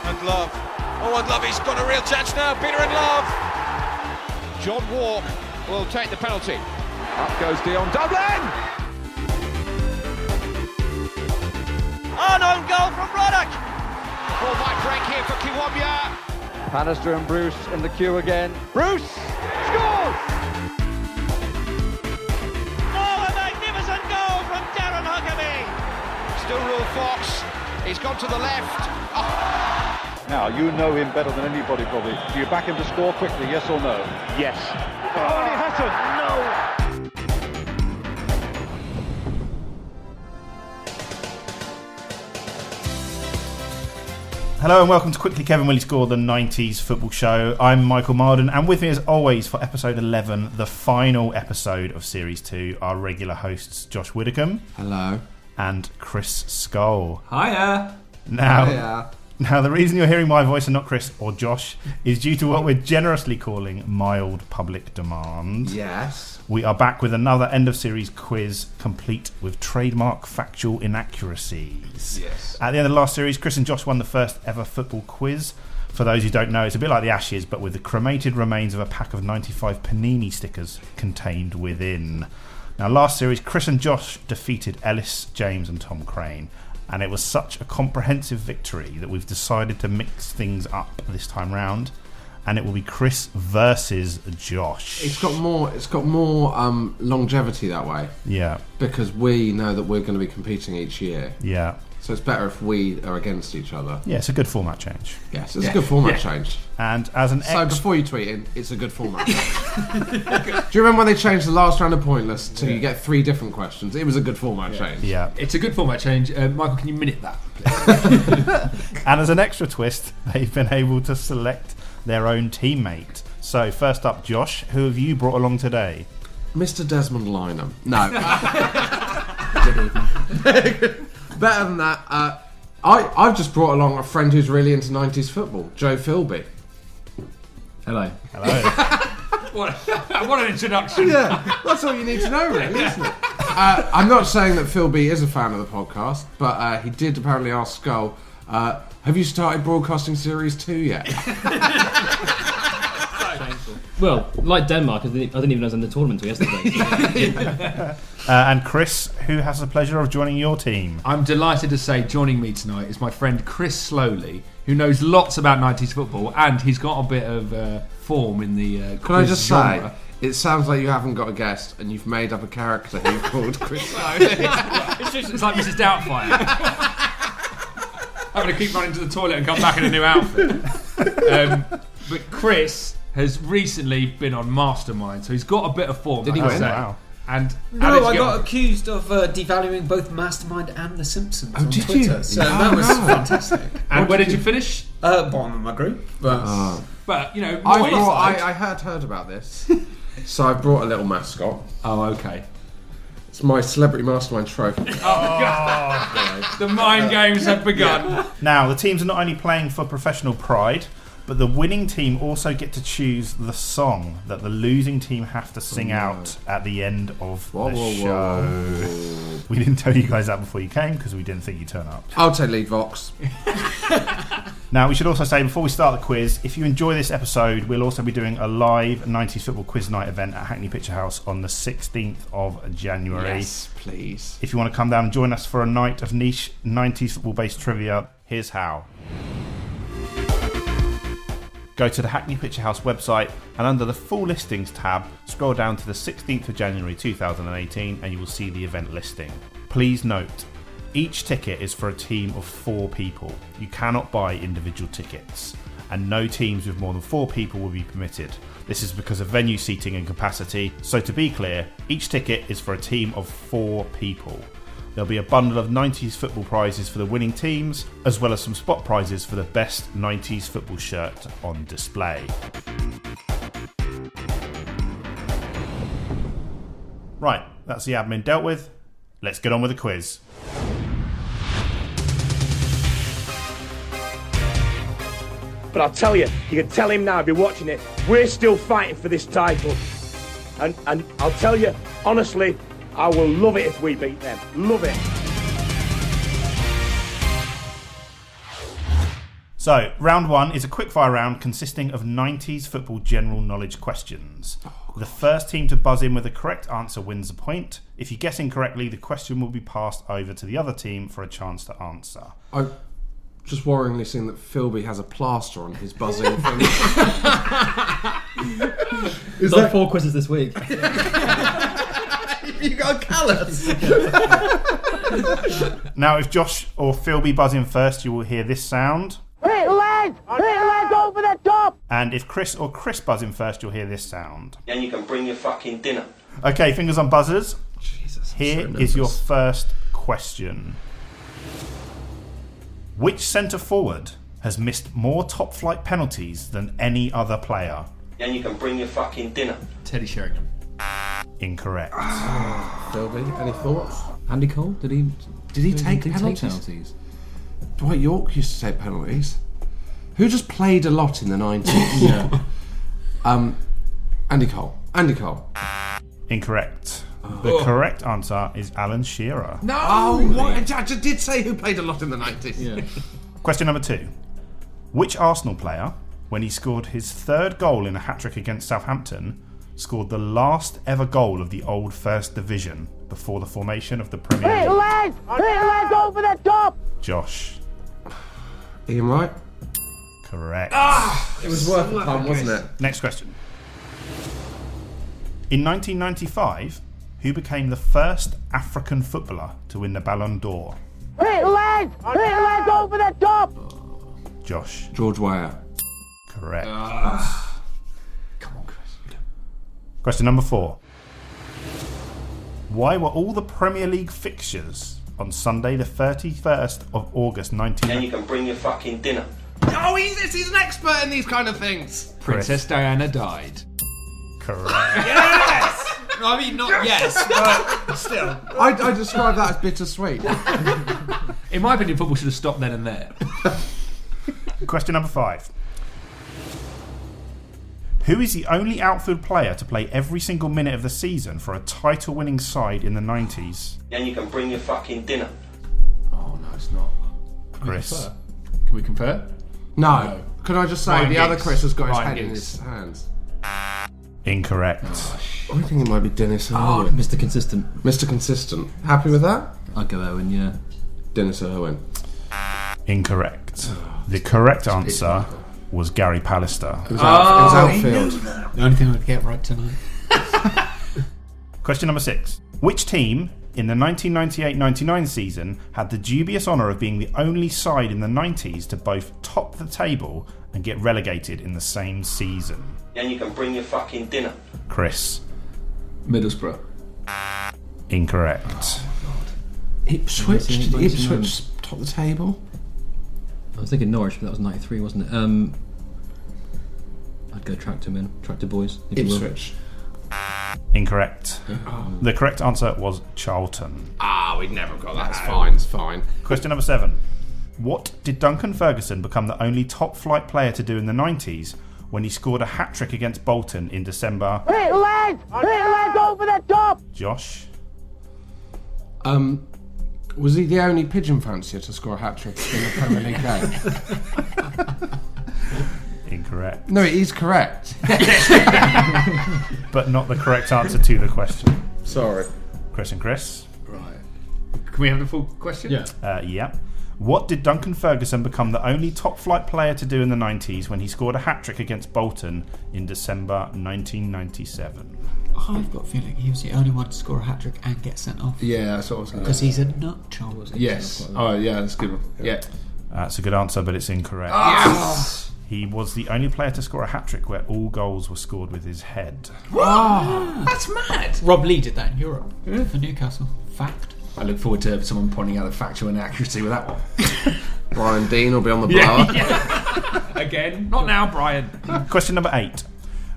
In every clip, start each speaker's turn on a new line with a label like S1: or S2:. S1: and Love. Oh, and Love, he's got a real chance now. Peter and Love. John Walk will take the penalty. Up goes Dion Dublin. Unknown goal from Ruddock. Ball might break here for Kiwabia.
S2: Bannister and Bruce in the queue again.
S1: Bruce scores. Oh, a magnificent goal from Darren Huckabee. Still rule Fox. He's gone to the left. Oh.
S3: Now, you know him better than anybody, probably. Do you back him to score quickly, yes or no?
S1: Yes.
S3: Only Hassan!
S4: Hello and welcome to Quickly Kevin Willie Score, the 90s football show. I'm Michael Marden, and with me as always for episode 11, the final episode of Series 2, our regular hosts Josh Widdicombe
S5: Hello.
S4: and Chris Skull.
S5: Hiya.
S4: Now,
S5: Hiya.
S4: now, the reason you're hearing my voice and not Chris or Josh is due to what we're generously calling mild public demand.
S5: Yes.
S4: We are back with another end of series quiz complete with trademark factual inaccuracies.
S5: Yes.
S4: At the end of the last series, Chris and Josh won the first ever football quiz. For those who don't know, it's a bit like the Ashes, but with the cremated remains of a pack of 95 Panini stickers contained within. Now, last series, Chris and Josh defeated Ellis, James, and Tom Crane, and it was such a comprehensive victory that we've decided to mix things up this time round, and it will be Chris versus Josh.
S5: It's got more. It's got more um, longevity that way
S4: yeah,
S5: because we know that we're going to be competing each year.
S4: yeah.
S5: So it's better if we are against each other.
S4: Yeah, it's a good format change.
S5: Yes, it's a good format change.
S4: And as an
S5: So
S4: ex-
S5: before you tweet in, it's a good format. change. Do you remember when they changed the last round of pointless to you get three different questions? It was a good format change.
S4: yeah,
S6: It's a good format change. Uh, Michael, can you minute that?
S4: And as an extra twist, they've been able to select their own teammate. So, first up, Josh, who have you brought along today?
S5: Mr. Desmond Lynam. No. Better than that, uh, I, I've just brought along a friend who's really into 90s football, Joe Philby.
S6: Hello.
S4: Hello.
S6: What, what an introduction.
S5: Yeah, that's all you need to know, really, isn't it? Uh, I'm not saying that Philby is a fan of the podcast, but uh, he did apparently ask Skull, uh, Have you started broadcasting series 2 yet?
S7: Well, like Denmark, I didn't, I didn't even know I was in the tournament until yesterday.
S4: uh, and Chris, who has the pleasure of joining your team?
S6: I'm delighted to say joining me tonight is my friend Chris Slowly, who knows lots about 90s football and he's got a bit of uh, form in the. Uh,
S5: Can I just say, it sounds like you haven't got a guest and you've made up a character who you've called Chris
S6: It's, just, it's like Mrs. Doubtfire. I'm going to keep running to the toilet and come back in a new outfit. Um, but Chris has recently been on Mastermind, so he's got a bit of form. Did
S5: he win?
S4: Wow.
S6: And
S8: No,
S6: Alex
S8: I got
S6: Gil-
S8: accused of uh, devaluing both Mastermind and The Simpsons on
S5: Oh, did
S8: Twitter,
S5: you?
S8: so
S5: Yeah.
S8: that was
S5: Oh, no.
S8: fantastic.
S6: And where did you finish?
S8: Uh, bottom of my group, but
S5: Ah.
S6: But you know,
S5: I,
S6: what is-
S5: brought, I, I had heard about this, so I brought a little mascot.
S6: oh, okay.
S5: It's my celebrity mastermind trophy.
S6: The mind games have begun.
S4: Now, the teams are not only playing for professional pride, But the winning team also get to choose the song that the losing team have to sing out at the end of
S5: Whoa,
S4: the
S5: whoa, whoa,
S4: show.
S5: whoa.
S4: We didn't tell you guys that before you came because we didn't think you'd turn up.
S5: I'll take lead Vox.
S4: Now, we should also say before we start the quiz, if you enjoy this episode, we'll also be doing a live 90s football quiz night event at Hackney Picture House on the 16th of January.
S5: Yes, please.
S4: If you want to come down and join us for a night of niche 90s football based trivia, here's how. Go to the Hackney Picture House website and under the Full Listings tab, scroll down to the 16th of January 2018 and you will see the event listing. Please note, each ticket is for a team of four people. You cannot buy individual tickets, and no teams with more than four people will be permitted. This is because of venue seating and capacity, so to be clear, each ticket is for a team of four people. There'll be a bundle of 90s football prizes for the winning teams, as well as some spot prizes for the best 90s football shirt on display. Right, that's the admin dealt with. Let's get on with the quiz.
S9: But I'll tell you, you can tell him now if you're watching it, we're still fighting for this title. And, and I'll tell you, honestly, I will love it if we beat them. Love it.
S4: So, round one is a quickfire round consisting of 90s football general knowledge questions. the first team to buzz in with the correct answer wins a point. If you guess incorrectly, the question will be passed over to the other team for a chance to answer.
S5: I've just worryingly seen that Philby has a plaster on his buzzing thing.
S7: Is Done four quizzes this week.
S8: you got callous.
S4: Now, if Josh or Philby buzz in first, you will hear this sound.
S9: Hit legs! Hit legs over the top!
S4: And if Chris or Chris buzz in first, you'll hear this sound.
S10: Then you can bring your fucking dinner.
S4: Okay, fingers on buzzers. Here is your first question. Which centre forward has missed more top flight penalties than any other player?
S10: Then you can bring your fucking dinner.
S6: Teddy Sheringham.
S4: Incorrect.
S5: Philby, any thoughts? Andy Cole? Did he did he
S8: Did he
S5: take
S8: take
S5: penalties?
S8: penalties?
S5: Dwight York used to take penalties. Who just played a lot in the nineties? yeah. Um, Andy Cole. Andy Cole.
S4: Incorrect. The correct answer is Alan Shearer.
S5: No. Oh, what? I ju- I just did say who played a lot in the nineties. Yeah.
S4: Question number two. Which Arsenal player, when he scored his third goal in a hat trick against Southampton, scored the last ever goal of the old First Division before the formation of the Premier
S9: Hit
S4: League?
S9: legs! Hit legs over the top!
S4: Josh.
S5: Ian Wright.
S4: Correct.
S5: It was worth a pun, wasn't it?
S4: Next question. In 1995, who became the first African footballer to win the Ballon d'Or?
S9: Hit legs! Hit legs over the top!
S4: Josh.
S5: George Weah.
S4: Correct. Question number four. Why were all the Premier League fixtures on Sunday, the 31st of August, 19...
S10: Then you can bring your fucking dinner.
S5: Oh, he's he's an expert in these kind of things.
S6: Princess Diana died.
S4: Correct.
S6: yes! I mean, not yes, but still.
S5: I, I describe that as bittersweet.
S6: In my opinion, football should have stopped then and there.
S4: Question number five. Who is the only outfield player to play every single minute of the season for a title-winning side in the 90s?
S10: Then you can bring your fucking dinner.
S6: Oh, no, it's not.
S4: Chris.
S6: Can we compare?
S5: No. Can I just say
S6: Ryan
S5: the
S6: Giggs.
S5: other Chris has got his
S6: Ryan
S5: head in
S6: Giggs.
S5: his hands.
S4: Incorrect.
S5: I think it might be Dennis
S8: Oh,
S5: Irwin.
S8: Mr. Consistent.
S5: Mr. Consistent. Happy with that?
S8: I'd go Owen, yeah.
S5: Dennis Irwin.
S4: Incorrect. The correct answer was Gary Pallister.
S5: It was, out, it was outfield.
S8: The only thing I'd get right tonight.
S4: Question number six. Which team in the 1998 99 season had the dubious honour of being the only side in the 90s to both top the table and get relegated in the same season?
S10: Then you can bring your fucking dinner.
S4: Chris.
S8: Middlesbrough.
S4: Incorrect.
S5: Ipswich? Did
S8: 1999.
S5: Ipswich top the table?
S7: I was thinking Norwich, but that was 93, wasn't it? Um, I'd go Tractor Men, Tractor Boys. If you will.
S5: Ipswich.
S4: Incorrect. The correct answer was Charlton.
S5: Ah, we never got that. It's fine, it's fine.
S4: Question number seven. What did Duncan Ferguson become the only top flight player to do in the 90s when he scored a hat trick against Bolton in December?
S11: Hit legs! Hit legs over the top!
S4: Josh?
S5: Um, was he the only pigeon fancier to score a hat trick in a Premier League game?
S4: Incorrect.
S5: No, it is correct.
S4: but not the correct answer to the question.
S5: Sorry.
S4: Chris and Chris.
S6: Right. Can we have the full question?
S4: Uh, yeah. What did Duncan Ferguson become the only top flight player to do in the 90s when he scored a hat trick against Bolton in December 1997?
S8: I've got a feeling he was the only one to score a hat trick and get sent off.
S4: Yeah, that's what I was gonna
S8: Because
S4: say.
S8: he's a nut job.
S4: Yes.
S8: Oh,
S4: yeah, that's a good one. Yeah. That's a good answer, but it's incorrect.
S8: Yes!
S4: He was the only player to score a hat trick where all goals were scored with his head.
S6: Ah,
S8: Wow. That's mad. Rob Lee did that in Europe for Newcastle. Fact.
S6: I look forward to someone pointing out the factual inaccuracy with that one.
S5: Brian Dean will be on the blower.
S6: Yeah, yeah. Again, not now, Brian.
S4: Question number eight.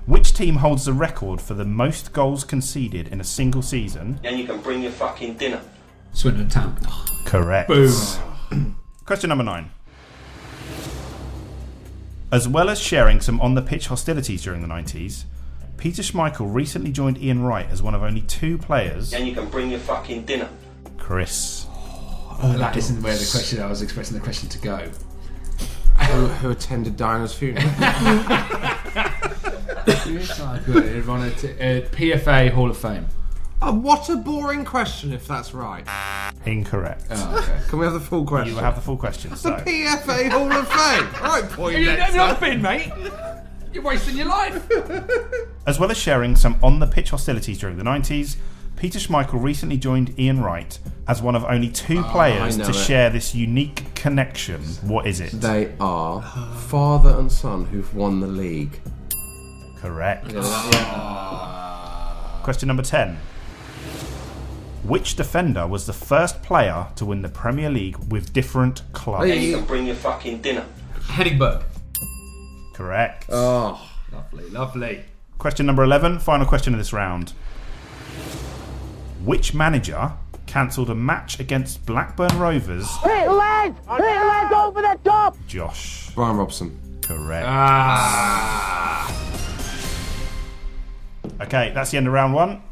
S4: Which team holds the record for the most goals conceded in a single season?
S10: Then you can bring your fucking dinner.
S8: Swindon Town.
S4: Correct.
S10: Boom.
S4: Question number nine. As well as sharing some on the pitch hostilities during the 90s, Peter Schmeichel recently joined Ian Wright as one of only two players.
S10: Then you can bring your fucking dinner.
S4: Chris.
S6: Oh, that isn't where the question I was expecting the question to go.
S5: who, who attended Diana's funeral?
S6: I've got it in honour to- uh, PFA Hall of Fame.
S5: Oh, what a boring question if that's right.
S4: Incorrect.
S5: Oh, okay. Can we have the full question?
S4: You have the full question.
S5: The
S4: So.
S5: PFA Hall of Fame. All right, point
S6: You
S5: next.
S6: have nothing, mate. You're wasting your life.
S4: As well as sharing some on the pitch hostilities during the 90s, Peter Schmeichel recently joined Ian Wright as one of only two
S5: Oh,
S4: players
S5: I know
S4: to
S5: it.
S4: share this unique connection. What is it?
S5: They are father and son who've won the league.
S4: Correct. Question number 10. Which defender was the first player to win the Premier League with different clubs?
S10: Then you can bring your fucking dinner.
S6: Henningberg.
S4: Correct.
S6: Oh, lovely, lovely.
S4: Question number 11, final question of this round. Which manager cancelled a match against Blackburn Rovers?
S11: Hit legs! Hit legs over the top!
S4: Josh.
S5: Brian Robson.
S4: Correct.
S6: Ah.
S4: Okay, that's the end of round one.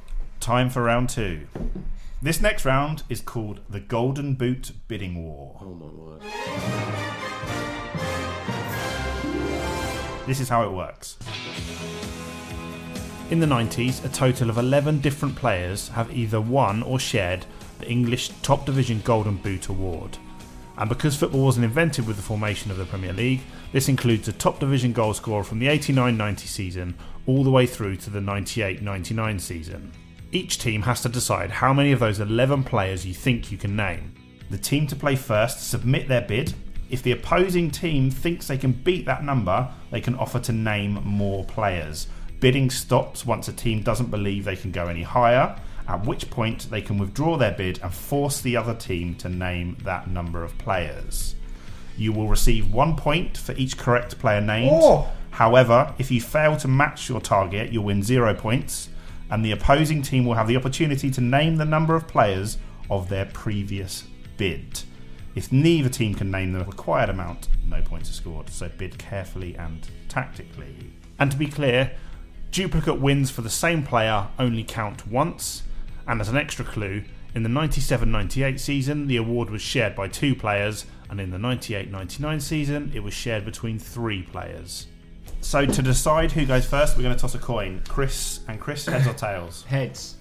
S4: Time for round two. This next round is called the Golden Boot Bidding War. Oh my word. This is how it works. In the 90s, a total of 11 different players have either won or shared the English Top Division Golden Boot Award. And because football wasn't invented with the formation of the Premier League, this includes the top division goal scorer from the 89 90 season all the way through to the 98 99 season. Each team has to decide how many of those 11 players you think you can name. The team to play first submit their bid. If the opposing team thinks they can beat that number, they can offer to name more players. Bidding stops once a team doesn't believe they can go any higher, at which point they can withdraw their bid and force the other team to name that number of players. You will receive one point for each correct player named.
S6: Oh.
S4: However, if you fail to match your target, you'll win zero points, and the opposing team will have the opportunity to name the number of players of their previous bid. If neither team can name the required amount, no points are scored, so bid carefully and tactically. And to be clear, duplicate wins for the same player only count once, and as an extra clue, in the 97 98 season, the award was shared by two players, and in the 98 99 season, it was shared between three players. So, to decide who goes first, we're going to toss a coin. Chris and Chris, heads or tails?
S6: Heads.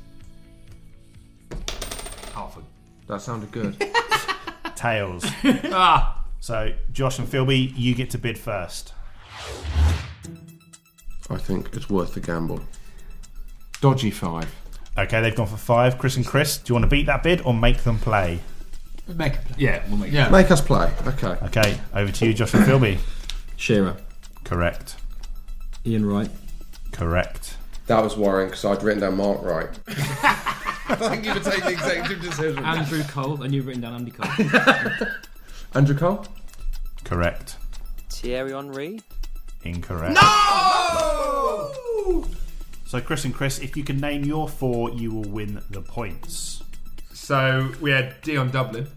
S6: Halford.
S5: That sounded good.
S4: Tails.
S6: Ah.
S4: So, Josh and Philby, you get to bid first.
S5: I think it's worth the gamble. Dodgy five.
S4: Okay, they've gone for five. Chris and Chris, do you want to beat that bid or make them play?
S8: Make a play.
S6: Yeah, we'll make
S8: Yeah.
S5: Make us play. Okay.
S4: Okay, over to you, Josh and Philby.
S7: Shearer.
S4: Correct.
S7: Ian Wright.
S4: Correct.
S5: That was worrying because I'd written down Mark right. Thank you for taking the executive decision.
S7: Andrew Cole. And you've written down Andy Cole.
S5: Andrew Cole?
S4: Correct.
S12: Thierry Henry.
S4: Incorrect.
S12: No!
S4: So, Chris and Chris, if you can name your four, you will win the points.
S6: So we had Dion Dublin.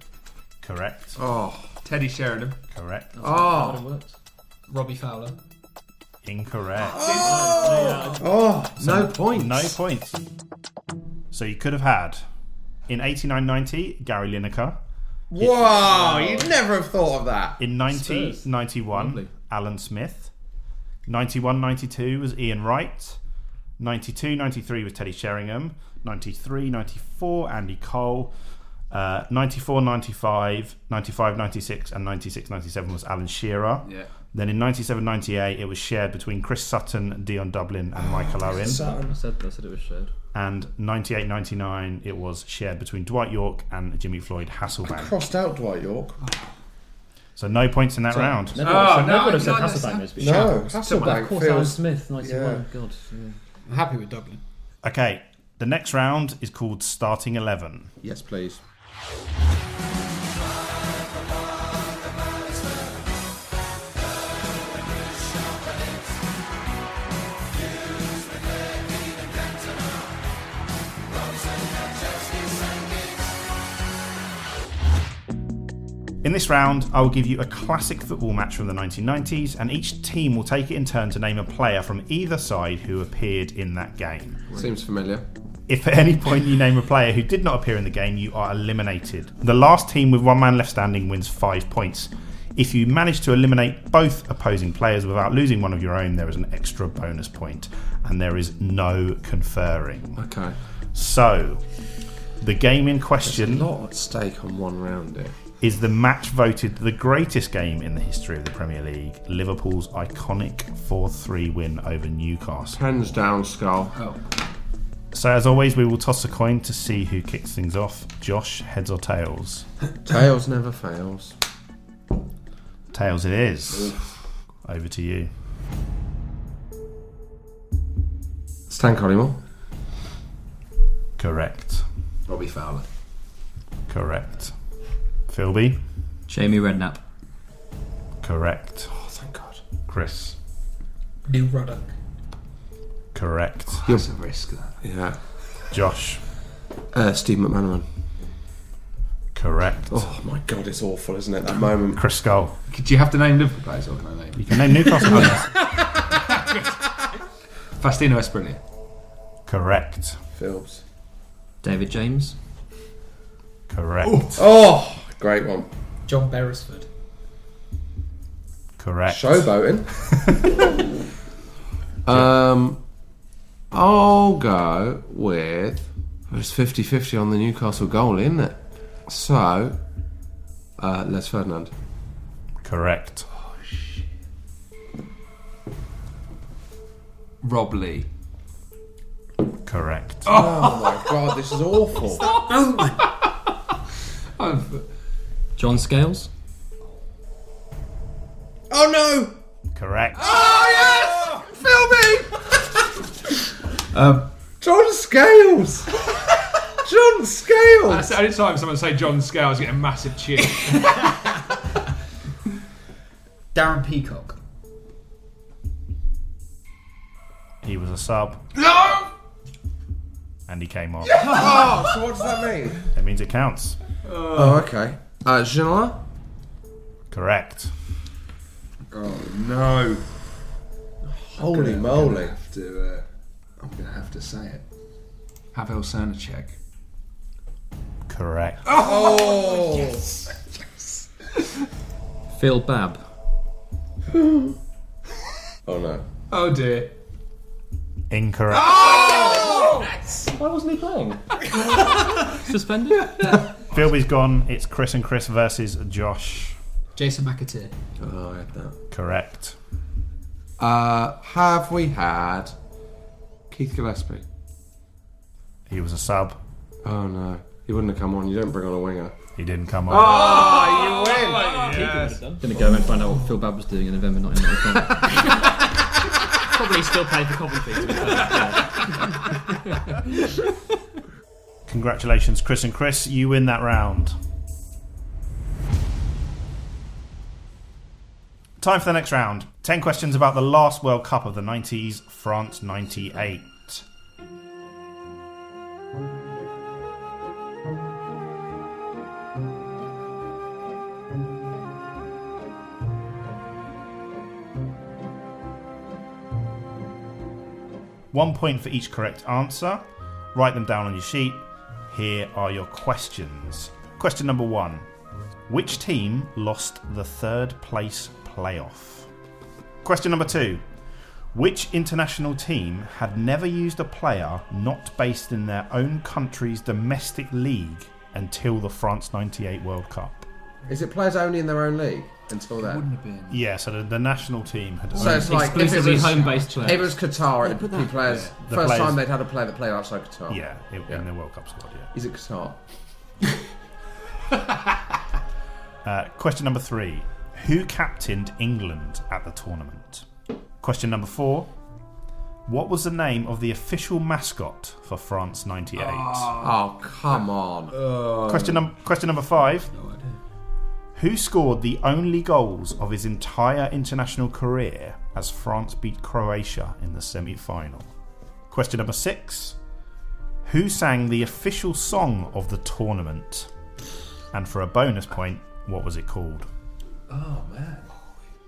S4: Correct.
S6: Oh, Teddy Sheringham.
S4: Correct.
S6: Oh.
S8: Robbie Fowler.
S4: Incorrect.
S8: Oh!
S5: Oh,
S8: no
S4: points. No points. So you could have had in 89.90 Gary Lineker.
S5: Whoa, you'd never have thought of that.
S4: In 1991, Alan Smith. 91 92 was Ian Wright. 92 93 was Teddy Sheringham. 93 94, Andy Cole. Uh, 94 95, 95 96, and 96 97 was Alan Shearer.
S6: Yeah.
S4: Then in 97 98, it was shared between Chris Sutton, Dion Dublin, and Michael Owen.
S7: I said, I said it was shared.
S4: And 98 99, it was shared between Dwight York and Jimmy Floyd Hasselbank.
S5: Crossed out Dwight York.
S4: So no points in that
S7: So-
S4: round.
S7: No, no, Oh, so no, no one has said no, no, Hasselbank was being No,
S5: shared. Hasselbank
S7: Of course, Alan
S5: feels-
S7: Smith, 91. God.
S8: I'm happy with Dublin.
S4: Okay, the next round is called Starting 11.
S5: Yes, please.
S4: In this round, I will give you a classic football match from the 1990s, and each team will take it in turn to name a player from either side who appeared in that game.
S5: Seems familiar.
S4: If at any point you name a player who did not appear in the game, you are eliminated. The last team with one man left standing wins five points. If you manage to eliminate both opposing players without losing one of your own, there is an extra bonus point, and there is no conferring.
S5: Okay.
S4: So, the game in question
S5: There's a lot at stake on one round here.
S4: is the match voted the greatest game in the history of the Premier League, Liverpool's iconic 4 3 win over Newcastle.
S5: Hands down, Skull.
S8: Oh.
S4: So, as always, we will toss a coin to see who kicks things off Josh, heads or tails?
S5: Tails never fails.
S4: Tails it is. Over to you.
S5: Stan Collymore.
S4: Correct.
S5: Robbie Fowler.
S4: Correct. Philby?
S7: Jamie Redknapp.
S4: Correct.
S5: Oh, thank God.
S4: Chris?
S8: Neil Ruddock.
S4: Correct.
S5: That's a risk, that. Yeah.
S4: Josh?
S5: Uh, Steve McManaman.
S4: Correct.
S5: Oh, my God, it's awful, isn't it? That moment.
S4: Chris Skull.
S6: Could you have to name Liverpool players or can I name?
S4: You can name Newcastle players.
S6: Fastino Esprilia.
S4: Correct.
S5: Phillips.
S7: David James.
S4: Correct.
S5: Oh, great one.
S8: John Beresford.
S4: Correct.
S5: Showboating. um, I'll go with. It was 50 50 on the Newcastle goal, isn't it? So, uh, Les Ferdinand.
S4: Correct.
S6: Rob Lee.
S4: Correct.
S5: Oh my god, this is awful.
S7: John Scales.
S5: Oh no!
S4: Correct.
S5: Oh yes! Phil me!
S6: Um,
S5: John Scales! John Scales!
S6: That's the only time someone say John Scales get a massive cheer.
S8: Darren Peacock.
S4: He was a sub
S5: No!
S4: and he came on.
S5: Oh, so what does that mean?
S4: That means it counts.
S5: Oh, okay. Uh, Ginola?
S4: Correct.
S5: Oh no! Holy
S6: I'm gonna- I'm
S5: moly!
S6: gonna have to, uh, I'm going to have to say it. Havel Sanacek.
S4: Correct.
S5: Oh! Yes.
S7: Phil Babb.
S5: oh no!
S6: Oh dear.
S4: Incorrect.
S5: Oh.
S7: Why wasn't he playing? Suspended?
S4: Philby's gone. It's Chris and Chris versus Josh.
S8: Jason McAteer.
S5: Oh, I had that.
S4: Correct.
S5: Uh, have we had Keith Gillespie?
S4: He was a sub.
S5: Oh no! He wouldn't have come on. You don't bring on a winger.
S4: He didn't come on.
S5: Oh, you win!
S6: yes.
S7: Gonna go and find out what Phil Babb was doing in November, not in November. Probably still playing for Coventry. to be fair.
S5: Oh.
S4: Congratulations, Chris and Chris. You win that round. Time for the next round. 10 questions about the last World Cup of the 90s, France 98. One point for each correct answer. Write them down on your sheet. Here are your questions. Question number one Which team lost the third place playoff? Question number two Which international team had never used a player not based in their own country's domestic league until the France 98 World Cup?
S5: Is it players only in their own league until then? wouldn't have been.
S4: Yeah, so the, the national team had
S5: So it's like
S4: Exclusively
S5: if it was,
S4: home-based players.
S5: If it was Qatar, it'd be players.
S4: Yeah, the
S5: first
S4: players-
S5: time they'd had a player that played outside Qatar.
S4: Yeah, it, in the World Cup squad. Yeah.
S5: Is it Qatar?
S4: Uh, question number three Who captained England at the tournament? Question number four What was the name of the official mascot for France 98?
S5: Oh, come on.
S4: Question, num- question number five Who scored the only goals of his entire international career as France beat Croatia in the semi final? Question number six Who sang the official song of the tournament? And for a bonus point, what was it called?
S5: Oh man,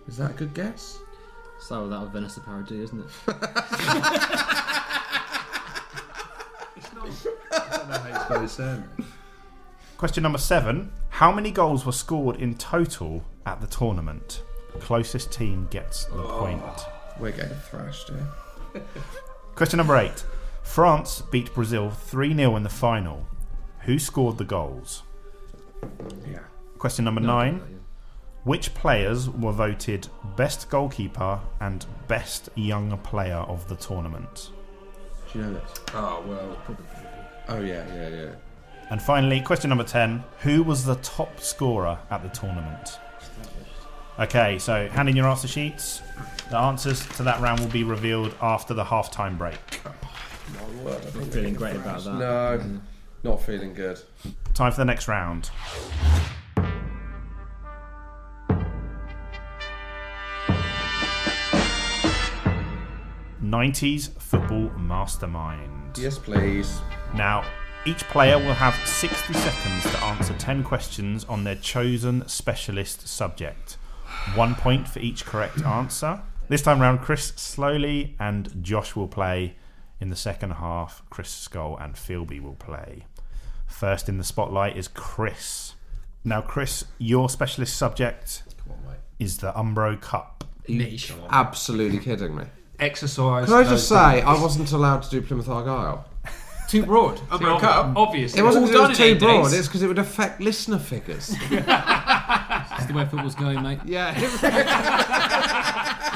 S5: is that a good guess?
S7: So that was Vanessa Paradis, isn't it?
S4: Question number seven. How many goals were scored in total at the tournament? Closest team gets the point.
S5: We're getting thrashed here.
S4: Question number eight. France beat Brazil 3 0 in the final. Who scored the goals?
S5: Yeah.
S4: Question number
S5: No, I
S4: nine. Which players were voted best goalkeeper and best young player of the tournament?
S5: Do you know this? Oh well. Oh yeah, yeah, yeah.
S4: And finally, question number 10 Who was the top scorer at the tournament? Okay, so hand in your answer sheets. The answers to that round will be revealed after the half time break.
S5: My word, I
S7: Feeling
S5: think we're
S7: great
S5: getting
S7: about
S5: thrashed.
S7: that.
S5: No, not feeling good.
S4: Time for the next round. Nineties football mastermind.
S5: Yes, please.
S4: Now, each player will have 60 seconds to answer 10 questions on their chosen specialist subject. One point for each correct answer. This time round, Chris Slowly and Josh will play. In the second half, Chris Skull and Philby will play. First in the spotlight is Chris. Now, Chris, your specialist subject is the Umbro Cup.
S5: Niche. Absolutely kidding me.
S6: Exercise.
S5: Can I just say,
S6: those
S5: I
S6: things.
S5: wasn't allowed to do Plymouth Argyle.
S8: Too broad.
S6: Oh,
S8: I broke up.
S5: It wasn't because it was too broad. It's because it would affect listener figures.
S7: That's the way football's going, mate.
S5: Yeah.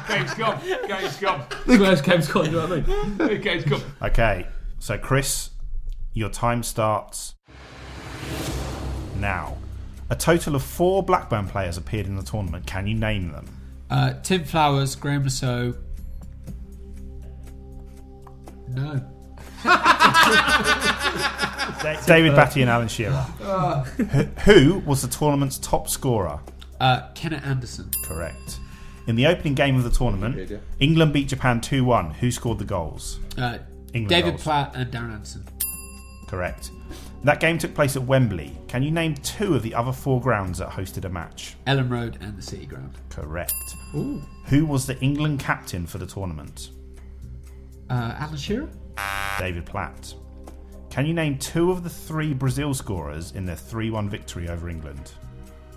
S6: Game's gone. Game's gone.
S7: Where's Game's gone, do you know what I mean?
S6: Game's gone.
S4: Okay, so Chris, your time starts now. A total of four Blackburn players appeared in the tournament. Can you name them?
S8: Uh, Tim Flowers, Graham Lasso. No.
S4: David Batty and Alan Shearer.
S8: Ah.
S4: Who- Who was the tournament's top scorer?
S8: Uh, Kenneth Anderson.
S4: Correct. In the opening game of the tournament, England beat Japan 2 1. Who scored the goals?
S8: Uh,
S4: England
S8: David
S4: goals.
S8: Platt and Darren Anderson.
S4: Correct. That game took place at Wembley. Can you name two of the other four grounds that hosted a match?
S8: Ellen Road and the City Ground.
S4: Correct. Who was the England captain for the tournament?
S8: Uh, Alan Shearer?
S4: David Platt. Can you name two of the three Brazil scorers in their 3 1 victory over England?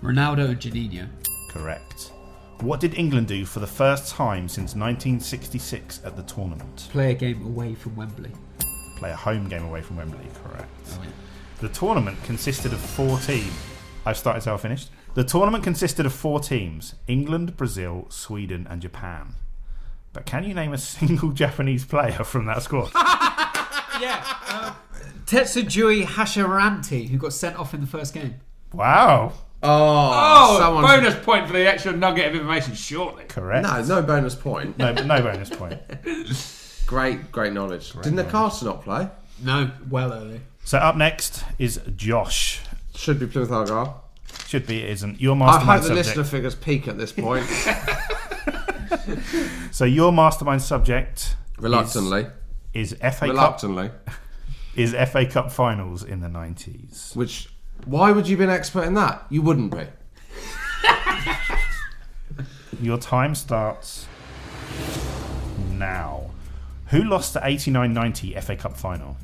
S8: Ronaldo and Janino.
S4: Correct. What did England do for the first time since 1966 at the tournament?
S8: Play a game away from Wembley.
S4: Play a home game away from Wembley, correct. The tournament consisted of four teams. I've started so I finished. The tournament consisted of four teams England, Brazil, Sweden, and Japan. But can you name a single Japanese player from that squad?
S8: Yeah. Tetsujui Hashiranti, who got sent off in the first game.
S4: wow.
S6: Oh,
S5: someone's-
S6: bonus point for the extra nugget of information. Shortly.
S4: Correct.
S5: No, no bonus point.
S4: No, no bonus point.
S5: Great, great knowledge. Did Nakata not play?
S8: No, well early.
S4: So up next is Josh.
S5: Should be Plymouth Argyle.
S4: Should be, it isn't. Your
S5: I
S4: mastermind
S5: hope the
S4: subject.
S5: listener figures peak at this point.
S4: So your mastermind subject,
S5: Reluctantly.
S4: is, is FA
S5: Reluctantly.
S4: Cup, is FA Cup finals in the nineties.
S5: Which, why would you be an expert in that? You wouldn't be.
S4: Your time starts now. Who lost the 89 90 FA Cup final?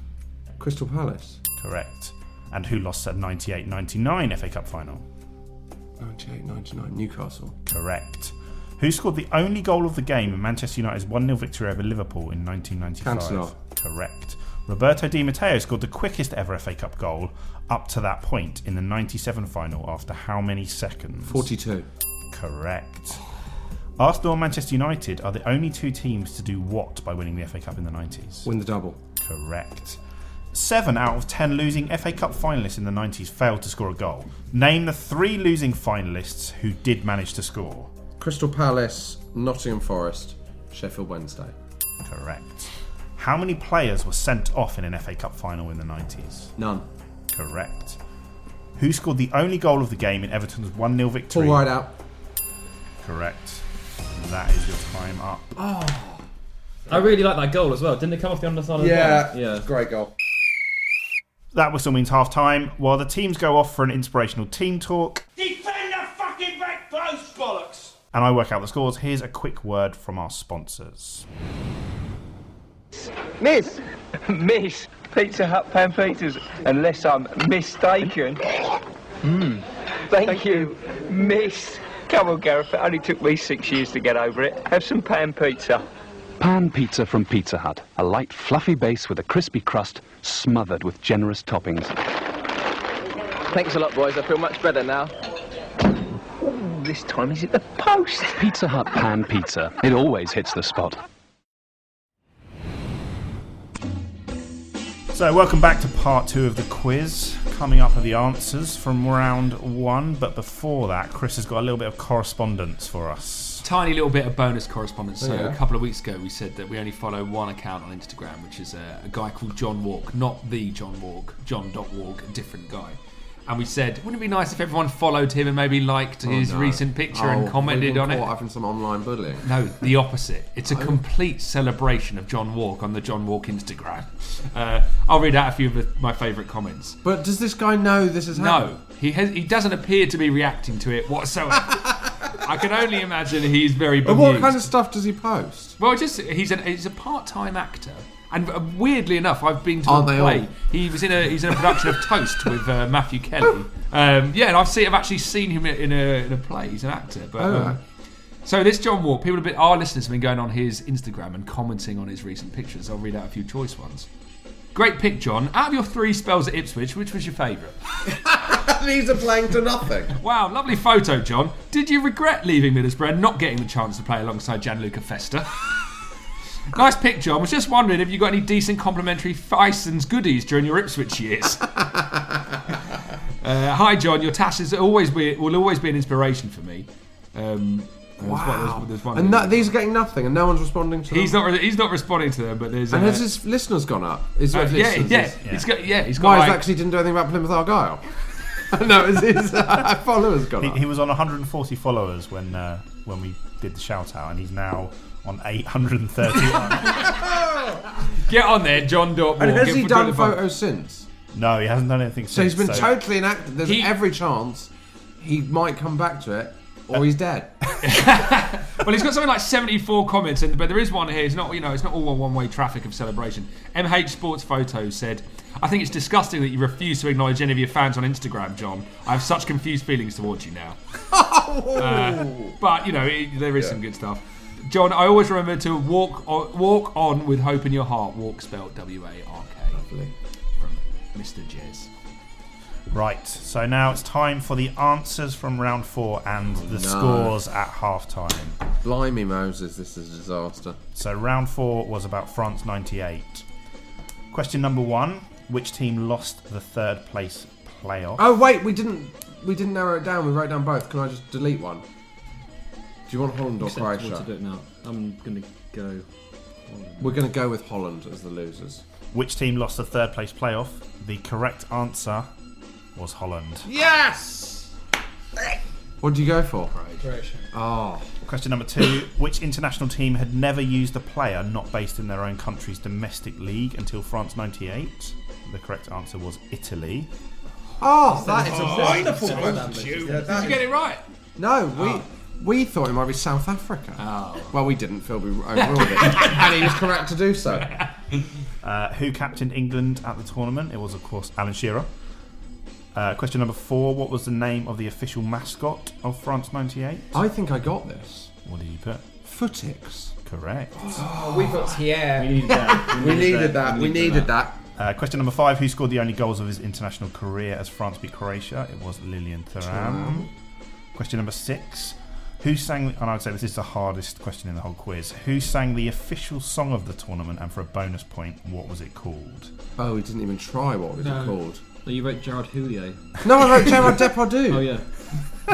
S5: Crystal Palace.
S4: Correct. And who lost the 98 99 FA Cup final?
S5: 98 99 Newcastle.
S4: Correct. Who scored the only goal of the game in Manchester United's 1 0 victory over Liverpool in 1995?
S5: Cancelo.
S4: Correct. Roberto Di Matteo scored the quickest ever FA Cup goal up to that point in the 97 final after how many seconds?
S5: 42.
S4: Correct. Arsenal and Manchester United are the only two teams to do what by winning the FA Cup in the 90s?
S5: Win the double.
S4: Correct. Seven out of ten losing FA Cup finalists in the 90s failed to score a goal. Name the three losing finalists who did manage to score.
S5: Crystal Palace, Nottingham Forest, Sheffield Wednesday.
S4: Correct. How many players were sent off in an FA Cup final in the 90s?
S5: None.
S4: Correct. Who scored the only goal of the game in Everton's 1 0 victory?
S5: Paul Rideout.
S4: Correct. That is your time up.
S7: Oh. I really like that goal as well. Didn't it come off the underside of
S5: Yeah,
S7: the Yeah.
S5: Great goal.
S4: That whistle means half time. While the teams go off for an inspirational team talk
S11: Defend the fucking back post, bollocks!
S4: and I work out the scores, here's a quick word from our sponsors.
S13: Miss, Miss Pizza Hut pan pizzas, unless I'm mistaken. Mmm. Thank, you, Miss. Come on, Gareth. It only took me six years to get over it. Have some pan pizza.
S14: Pan pizza from Pizza Hut. A light, fluffy base with a crispy crust smothered with generous toppings.
S13: Thanks a lot, boys. I feel much better now. this time is it the post?
S14: Pizza Hut Pan Pizza. It always hits the spot.
S4: So, welcome back to part two of the quiz. Coming up are the answers from round one, but before that, Chris has got a little bit of correspondence for us.
S6: Tiny little bit of bonus correspondence.
S5: Oh,
S6: So
S4: Yeah.
S6: a couple of weeks ago, we said that we only follow one account on Instagram, which is a, a guy called John Walk, not the John Walk, John Dot Walk, a different guy. And we said, wouldn't it be nice if everyone followed him and maybe liked
S5: Oh,
S6: his
S5: no.
S6: recent picture
S5: Oh,
S6: and commented
S5: we've
S6: on
S5: been
S6: it?
S5: caught up in some online bullying.
S6: No, the opposite. It's a
S5: Oh.
S6: complete celebration of John Walk on the John Walk Instagram. Uh, I'll read out a few of the- my favourite comments.
S5: But does this guy know this has happened?
S6: No, he has, he doesn't appear to be reacting to it whatsoever. I can only imagine he's very
S5: But
S6: bemused.
S5: what kind of stuff does he post?
S6: Well, just he's an, he's a part-time actor, and uh, weirdly enough, I've been to
S5: Aren't
S6: a
S5: they
S6: play.
S5: all?
S6: He was in a he's in a production of Toast with uh, Matthew Kelly. Um, yeah, and I've seen I've actually seen him in a in a play. He's an actor, but.
S5: Oh,
S6: um,
S5: right.
S6: so this John Wall, people have been, our listeners have been going on his Instagram and commenting on his recent pictures. I'll read out a few choice ones. Great pick, John. Out of your three spells at Ipswich, which was your favourite?
S5: These are playing to nothing.
S6: Wow, lovely photo, John. Did you regret leaving Middlesbrough and not getting the chance to play alongside Gianluca Festa? nice pick, John. Was just wondering if you got any decent complimentary Fison's goodies during your Ipswich years. Uh, hi, John. Your task is always be, will always be an inspiration for me. Um, there's one-
S5: Wow.
S6: there's- there's one-
S5: and no, these are getting nothing, and no one's responding to them.
S6: he's not. He's not responding to them, but there's.
S5: and
S6: uh,
S5: has his listeners gone up? Is
S6: Uh,
S5: his
S6: yeah,
S5: listeners-
S6: yeah, he's got- yeah, he's got
S5: Why
S6: like-
S5: actually didn't do anything about Plymouth Argyle? no, it's his uh, followers gone
S4: He,
S5: up.
S4: he was on 140 followers when uh, when we did the shout out, and he's now on 831.
S6: Get on there, John Dortmund.
S5: And has
S6: Get
S5: he
S6: for
S5: done
S6: Dortmund.
S5: photos since?
S4: no, he hasn't done anything
S5: So
S4: since.
S5: he's been totally inactive. There's every chance he might come back to it,
S6: Uh,
S5: or he's dead.
S6: well, he's got something like 74 comments, and, but there is one here. It's not, you know, it's not all one-way traffic of celebration. MH Sports Photos said, "I think it's disgusting that you refuse to acknowledge any of your fans on Instagram, John. I have such confused feelings towards you now." Uh, but you know, it, there is some good stuff. John, I always remember to walk on, walk on with hope in your heart. Walk spelled W A R K. Lovely. From Mr. Jez.
S4: Right, so now it's time for the answers from round four and the
S5: no.
S4: scores at half time.
S5: Blimey, Moses, this is a disaster.
S4: So round four was about France 98. Question number one Which team lost the third place playoff?
S5: Oh wait, we didn't we didn't narrow it down. We wrote down both. Can I just delete one? Do you want Holland or
S7: Except I want
S5: Croatia?
S7: to do it now. I'm going to go.
S5: We're going to go with Holland as the losers.
S4: Which team lost the third place playoff? The correct answer was Holland.
S5: Yes. What do you go for?
S4: Croatia. Oh. Question number two Which international team had never used a player not based in their own country's domestic league until France 98? The correct answer was Italy.
S5: Oh, that is a
S4: Oh,
S5: wonderful
S4: it's a
S5: question.
S4: wonderful
S5: Yeah, that
S6: Did you
S5: is-
S6: get it right?
S5: No, we We thought it might be South Africa. Well, we didn't. Phil we overruled it, and he was correct to do so.
S4: Uh, who captained England at the tournament? It was, of course, Alan Shearer. Uh, question number four: What was the name of the official mascot of France '98?
S5: I think I got this.
S4: What did you put?
S5: Footix.
S4: Correct.
S8: Oh, we've got Thierry.
S5: We needed that. We needed that. We needed that.
S4: Uh, question number five: Who scored the only goals of his international career as France beat Croatia? It was Lillian Thuram.
S5: Thuram.
S4: Question number six: Who sang? And I'd say this is the hardest question in the whole quiz. Who sang the official song of the tournament? And for a bonus point, what was it called?
S5: Oh, we didn't even try. What was it called?
S7: No, you wrote Gerard Houllier.
S5: No, I wrote Gerard Depardieu.
S7: Oh yeah.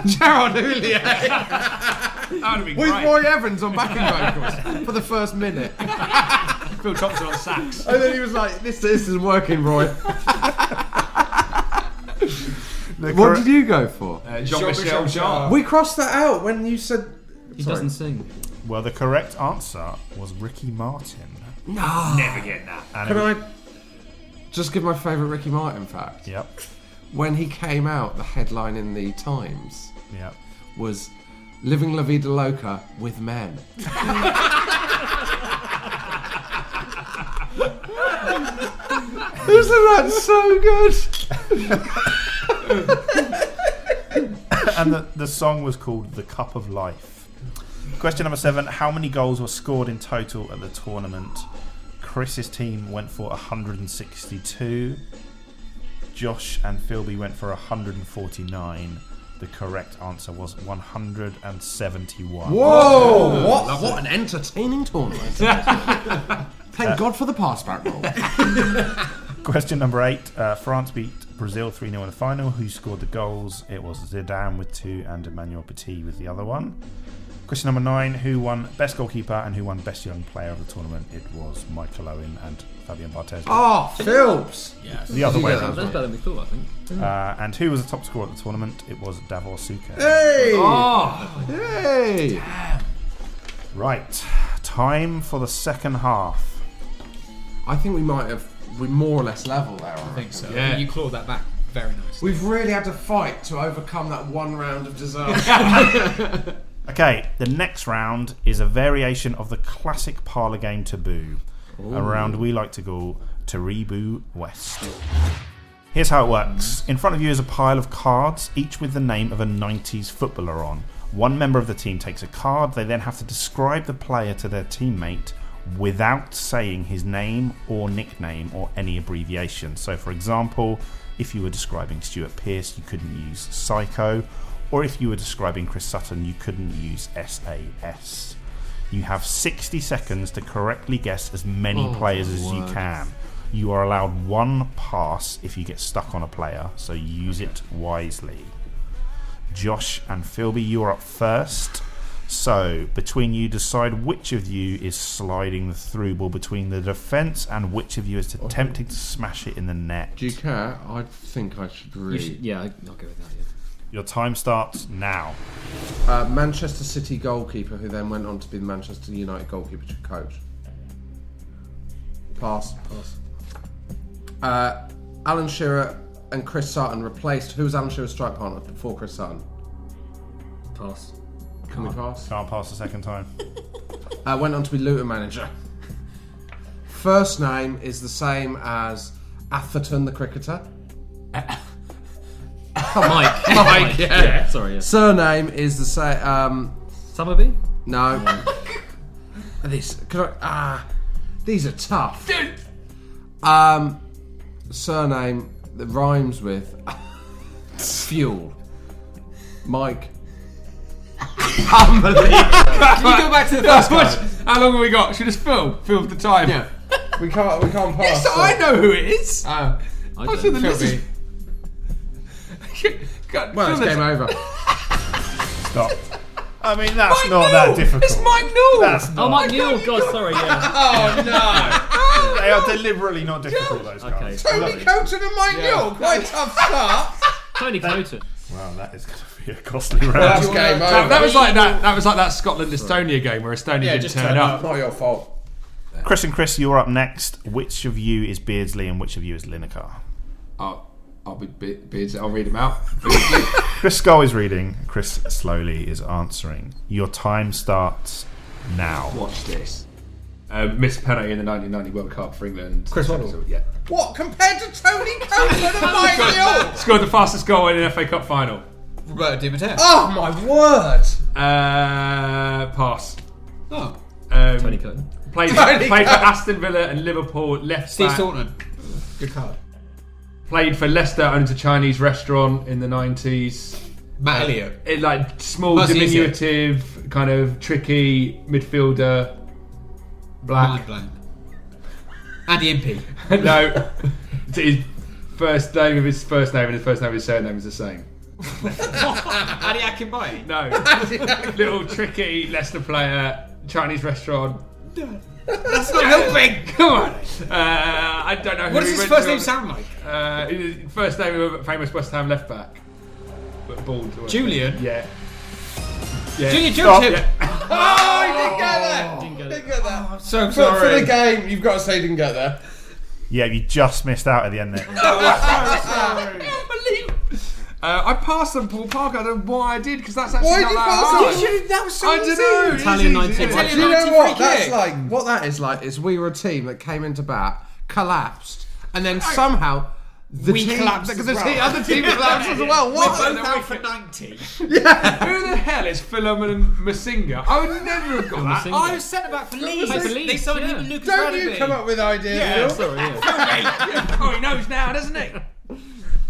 S5: Gerard Houllier.
S6: That would have been
S5: With
S6: great.
S5: Roy Evans on backing vocals for the first minute.
S6: Phil Thompson on sax.
S5: And then he was like, this, this isn't working, Roy. what did you go for?
S6: Uh, Jean-Michel Jean-Michel Jarre.
S5: We crossed that out when you said.
S7: He
S5: Sorry.
S7: doesn't sing.
S4: Well, the correct answer was Ricky Martin.
S5: No.
S6: Never get that.
S4: And
S5: Can
S4: it-
S5: I just give my favourite Ricky Martin fact?
S4: Yep.
S5: When he came out, the headline in the Times
S4: Yep.
S5: was "Living La Vida Loca with Men." Isn't that so good?
S4: and the, the song was called The Cup of Life. Question number seven How many goals were scored in total at the tournament? Chris's team went for 162. Josh and Philby went for 149. The correct answer was 171.
S5: Whoa! Oh, What? what an entertaining tournament. Thank
S4: Uh,
S5: God for the pass back rule.
S4: Question number eight uh, France beat Brazil 3 0 in the final. Who scored the goals? It was Zidane with two and Emmanuel Petit with the other one. Question number nine Who won best goalkeeper and who won best young player of the tournament? It was Michael Owen and Fabian Barthez.
S5: Oh, Philps.
S7: Yes.
S4: The other way
S5: Yeah,
S7: That's
S4: around.
S7: better than we thought, I think.
S4: Uh, and who was the top scorer at the tournament? It was Davor Suka.
S5: Hey!
S6: Oh.
S5: Hey!
S4: Right, time for the second half.
S5: I think we might have we more or less level there. I, reckon.
S8: think so.
S6: Yeah.
S8: You clawed that back very nicely.
S5: We've really had to fight to overcome that one round of disaster.
S4: Okay, the next round is a variation of the classic parlour game Taboo, a
S5: Ooh.
S4: round we like to call Taribu West. Here's how it works in front of you is a pile of cards, each with the name of a 90s footballer on. One member of the team takes a card, they then have to describe the player to their teammate without saying his name or nickname or any abbreviation. So, for example, if you were describing Stuart Pearce, you couldn't use Psycho, or if you were describing Chris Sutton, you couldn't use SAS. You have 60 seconds to correctly guess as many
S5: Oh,
S4: players as you
S5: word.
S4: can. You are allowed one pass if you get stuck on a player, so use it wisely. Josh and Philby, you are up first. So, between you, decide which of you is sliding the through ball between the defence and which of you is
S6: Oh.
S4: attempting to smash it in the net.
S5: Do you care? I think I should
S7: You
S5: read.
S7: should, yeah, I- I'll go with that. Yeah.
S4: Your time starts now.
S5: Uh, Manchester City goalkeeper, who then went on to be the Manchester United goalkeeper coach. Pass. Pass. Uh, Alan Shearer and Chris Sutton replaced. Who was Alan Shearer's strike partner before Chris Sutton?
S7: Pass.
S5: Can we pass?
S4: Can't pass the second time.
S5: Uh, went on to be Luton manager. First name is the same as Atherton the cricketer.
S7: Mike.
S5: Mike, yeah.
S7: Sorry. Yeah.
S5: Surname is the same. Um,
S7: Summerby.
S5: No. this could I, ah, these are tough. Um, surname that rhymes with fuel. Mike. Unbelievable.
S6: Can you go back to the first one? How long have we got? Should just Phil Phil the time.
S5: yeah. We can't. We can't pass.
S6: Yes,
S5: so-
S6: I know who it is.
S5: Oh.
S7: I
S6: What's
S7: don't
S6: with the
S7: know.
S6: lizard? God,
S5: well,
S6: Phil
S5: it's
S6: the
S5: game
S6: Ti-
S5: over.
S4: Stop. I mean, that's
S6: Mike
S4: not
S6: Newell!
S4: that difficult.
S6: It's Mike Newell.
S4: That's not.
S7: Oh, Mike Newell. God, sorry. Yeah.
S6: Oh no!
S4: They are deliberately not difficult, those
S7: Okay.
S4: cards.
S5: Tony Coton and Mike Newell. Quite a tough start.
S7: Tony Clayton.
S4: Wow, Oh, that is going to be a costly
S5: That's
S4: round.
S5: game over.
S6: That, that was like that. That was like that Scotland Estonia game where Estonia didn't
S5: just
S6: turn, up.
S5: Not your fault.
S4: Um, Chris and Chris, you're up next. Which of you is Beardsley and which of you is Lineker?
S6: Oh,
S15: I'll be, be, be I'll read them out.
S4: Chris Skull is reading. Chris slowly is answering. Your time starts now.
S15: Watch this. Uh, missed penalty in the 1990 World Cup for England.
S4: Chris Waddle.
S15: Yeah.
S12: What, compared to Tony Copeland and Mike Hill?
S6: Scored the fastest goal in an FA Cup final.
S8: Roberto Di Matteo.
S12: Oh, my word.
S6: Uh, pass.
S8: Oh.
S6: Um,
S7: Tony Curtin.
S6: Played,
S12: Tony
S6: played for
S12: Curtin.
S6: Aston Villa and Liverpool. Left
S8: Steve
S6: back.
S8: Staunton. Good card.
S6: Played for Leicester, owns a Chinese restaurant in the 90s.
S8: Matt
S6: Uh,
S8: Elliott.
S6: It, like small,
S8: That's easier.
S6: diminutive, kind of tricky midfielder. Black.
S8: Mind blown. Andy Impey.
S6: no. It's his first name of his first name and his first name of his surname is the same.
S8: Andy Akinbaye.
S6: No. Little tricky Leicester player, Chinese restaurant.
S8: That's not helping.
S6: Come on. Uh, I don't know who
S8: What
S6: he
S8: does his
S6: went
S8: first
S6: to.
S8: name sound like?
S6: Uh, his first name of a famous West Ham left back. But bald. wasn't he?
S8: Julian?
S6: Yeah.
S8: Junior
S6: Stop.
S8: Joseph.
S6: Yeah.
S12: Oh, he didn't get that. Didn't get, that.
S8: so
S12: for, For
S8: sorry.
S12: the game, you've got to say he didn't get there.
S4: Yeah, you just missed out at the end there.
S6: Unbelievable. Uh, I passed on Paul Parker. I don't know why I did because that's actually
S12: Why
S6: not
S12: did you
S6: that
S12: pass
S6: hard.
S12: it? You should- That was so
S6: I don't know.
S12: easy.
S6: Italian 19.
S12: Do
S6: Italian
S12: you know
S15: 90
S12: what?
S15: free
S12: That's
S15: kick.
S12: like
S15: What that is like is we were a team that came into bat, collapsed, and then somehow the
S8: We
S15: team,
S8: collapsed
S15: the,
S8: as
S15: the
S8: well.
S15: team- other team collapsed as well.
S8: We're
S15: What?
S8: both out for 90.
S6: Who the hell is Fulham and Masinga? I would never have got that.
S8: I was centre back for Leeds.
S7: for
S8: They
S7: Leeds,
S8: signed
S7: yeah.
S8: him Lucas
S12: Don't you
S8: Radebe.
S12: come up with ideas,
S8: Yeah,
S12: Phil?
S8: sorry, yeah.
S6: oh, he knows now, doesn't he?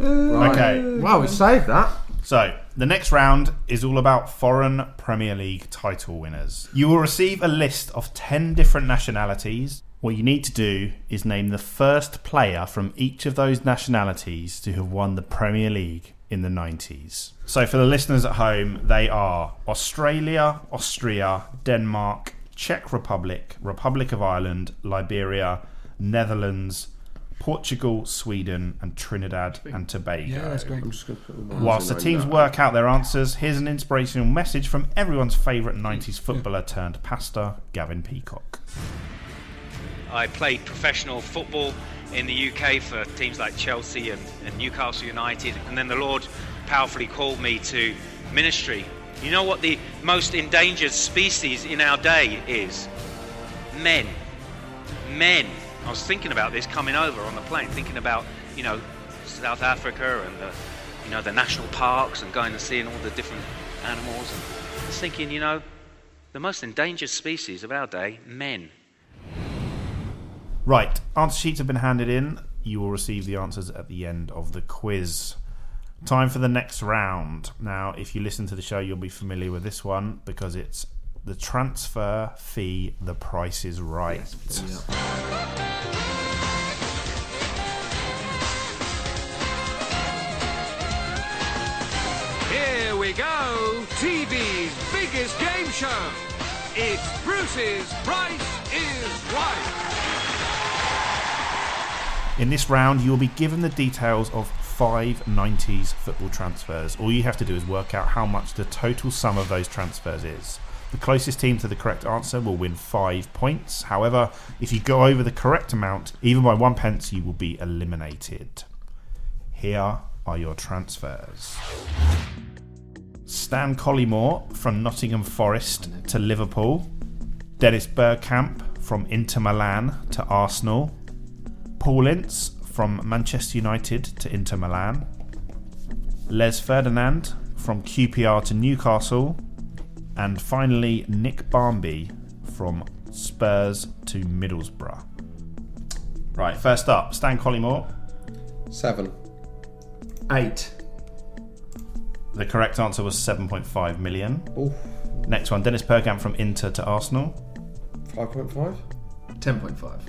S4: Okay.
S15: Wow, we saved that.
S4: So, the next round is all about foreign Premier League title winners. You will receive a list of 10 different nationalities. What you need to do is name the first player from each of those nationalities to have won the Premier League in the 90s. So, for the listeners at home, they are Australia, Austria, Denmark, Czech Republic, Republic of Ireland, Liberia, Netherlands, Portugal, Sweden, and Trinidad and Tobago.
S15: I'm just going to put all my
S4: Whilst the
S15: hands in
S4: teams
S15: like
S4: work out their answers, here's an inspirational message from everyone's favourite 90s footballer turned pastor, Gavin Peacock.
S16: I played professional football in the UK for teams like Chelsea and, and Newcastle United, and then the Lord powerfully called me to ministry. You know what the most endangered species in our day is? Men. Men. I was thinking about this coming over on the plane, thinking about, you know, South Africa and the, you know, the national parks and going and seeing all the different animals. And I was thinking, you know, the most endangered species of our day, men.
S4: Right, answer sheets have been handed in. You will receive the answers at the end of the quiz. Time for the next round. Now, if you listen to the show, you'll be familiar with this one because it's the transfer fee, the price is right.
S11: Here we go. TV's biggest game show. It's Bruce's Price is Right.
S4: In this round, you will be given the details of five 90s football transfers. All you have to do is work out how much the total sum of those transfers is. The closest team to the correct answer will win five points. However, if you go over the correct amount, even by one pence, you will be eliminated. Here are your transfers. Stan Collymore from Nottingham Forest to Liverpool. Dennis Bergkamp from Inter Milan to Arsenal. Paul Ince from Manchester United to Inter Milan. Les Ferdinand from QPR to Newcastle. And finally, Nick Barmby from Spurs to Middlesbrough. Right, first up, Stan Collymore.
S15: Seven.
S4: Eight. The correct answer was 7.5 million. Next one, Dennis Pergam from Inter to Arsenal.
S15: 5.5?
S4: 10.5.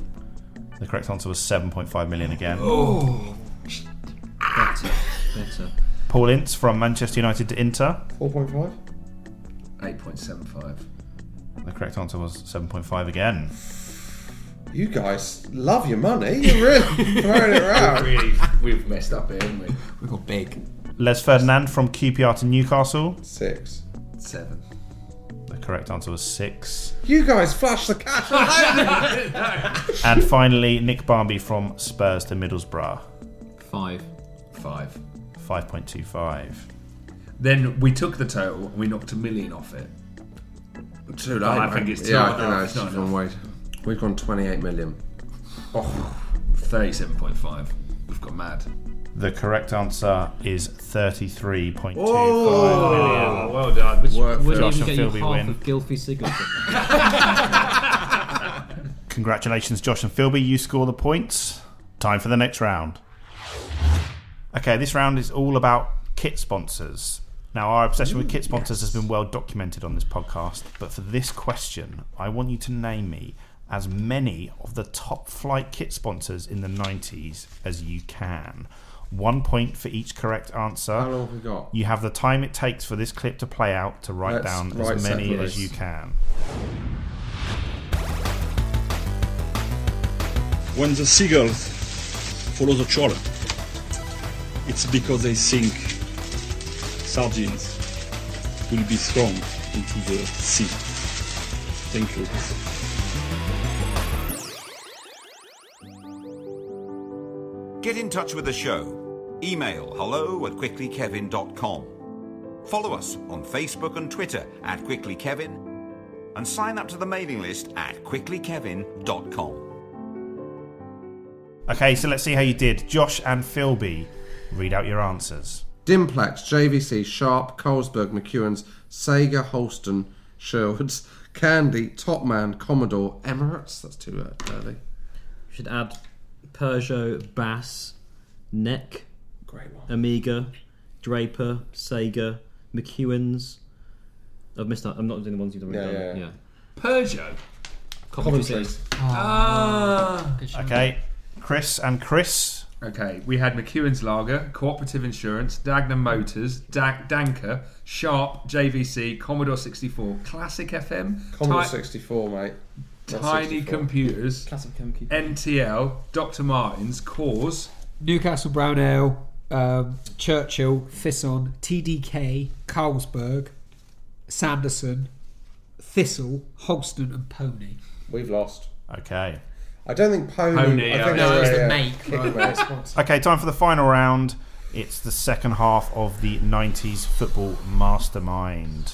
S4: The correct answer was 7.5 million again.
S7: Oh. Better. Better.
S4: Paul Ince from Manchester United to Inter.
S15: 4.5?
S4: 8.75. The correct answer was 7.5 again.
S15: You guys love your money. You're really throwing it around.
S4: Really,
S15: we've messed up here, haven't we?
S4: We got big. Les Ferdinand from QPR to Newcastle.
S15: Six.
S4: Seven. The correct answer was six.
S15: You guys flash the cash.
S4: and finally, Nick Barmby from Spurs to Middlesbrough.
S7: Five.
S17: Five.
S4: 5.25.
S17: Then we took the total and we knocked a million off it.
S5: Too
S17: But
S5: late.
S17: I
S5: mate.
S17: think it's too
S5: yeah, I
S17: late.
S5: think
S17: No,
S5: that's
S17: it's not
S5: just one way. We've gone 28 million.
S17: Oh, 37.5. We've got mad.
S4: The correct answer is 33.25
S17: Oh,
S4: million.
S17: well done. Which
S7: Wouldn't even
S4: Josh and
S7: get you
S4: Philby
S7: half
S4: win.
S7: of Gilfie Sigurdsson.
S4: Congratulations, Josh and Philby. You score the points. Time for the next round. Okay, this round is all about kit sponsors. Now, our obsession with kit sponsors has been well documented on this podcast, but for this question, I want you to name me as many of the top flight kit sponsors in the 90s as you can. One point for each correct answer.
S5: How long have we got?
S4: You have the time it takes for this clip to play out to write
S5: Let's
S4: down
S5: write
S4: as many
S5: separately.
S4: as you can.
S18: When the seagulls follow the trawler, it's because they think sardines will be thrown into the sea. Thank you.
S19: Get in touch with the show. Email hello at quicklykevin.com. Follow us on Facebook and Twitter at quicklykevin and sign up to the mailing list at quicklykevin.com.
S4: Okay, so let's see how you did. Josh and Philby, read out your answers.
S5: Dimplex, JVC, Sharp, Colesberg, McEwen's, Sega, Holston, Sherwood's, Candy, Topman, Commodore, Emirates. That's too early.
S7: should add Peugeot, Bass, Neck,
S5: Great one.
S7: Amiga, Draper, Sega, McEwen's. I've missed that. I'm not doing the ones you've already
S5: Yeah,
S7: done.
S5: yeah,
S7: Yeah.
S5: yeah.
S17: Peugeot.
S7: Coventry
S17: Coventry.
S7: City.
S17: Ah.
S4: Okay, Chris and Chris.
S17: Okay,
S4: we
S17: had McEwen's Lager, Cooperative Insurance, Dagenham Motors, da- Danker, Sharp, JVC, Commodore 64, Classic FM,
S5: Commodore
S17: Ti-
S5: 64, mate. Not
S17: Tiny
S5: 64.
S17: Computers, Classic NTL, Dr. Martin's, Cause,
S8: Newcastle Brown Ale, um, Churchill, Thisson, TDK, Carlsberg, Sanderson, Thistle, Holston, and Pony.
S5: We've lost.
S4: Okay.
S5: I don't think Pony.
S4: Pony,
S5: I
S4: yeah.
S5: think
S4: No,
S5: they're,
S4: it's the
S5: yeah,
S4: make,
S5: kick
S4: right.
S5: mate.
S4: Okay, time for the final round. It's the second half of the 90s football mastermind.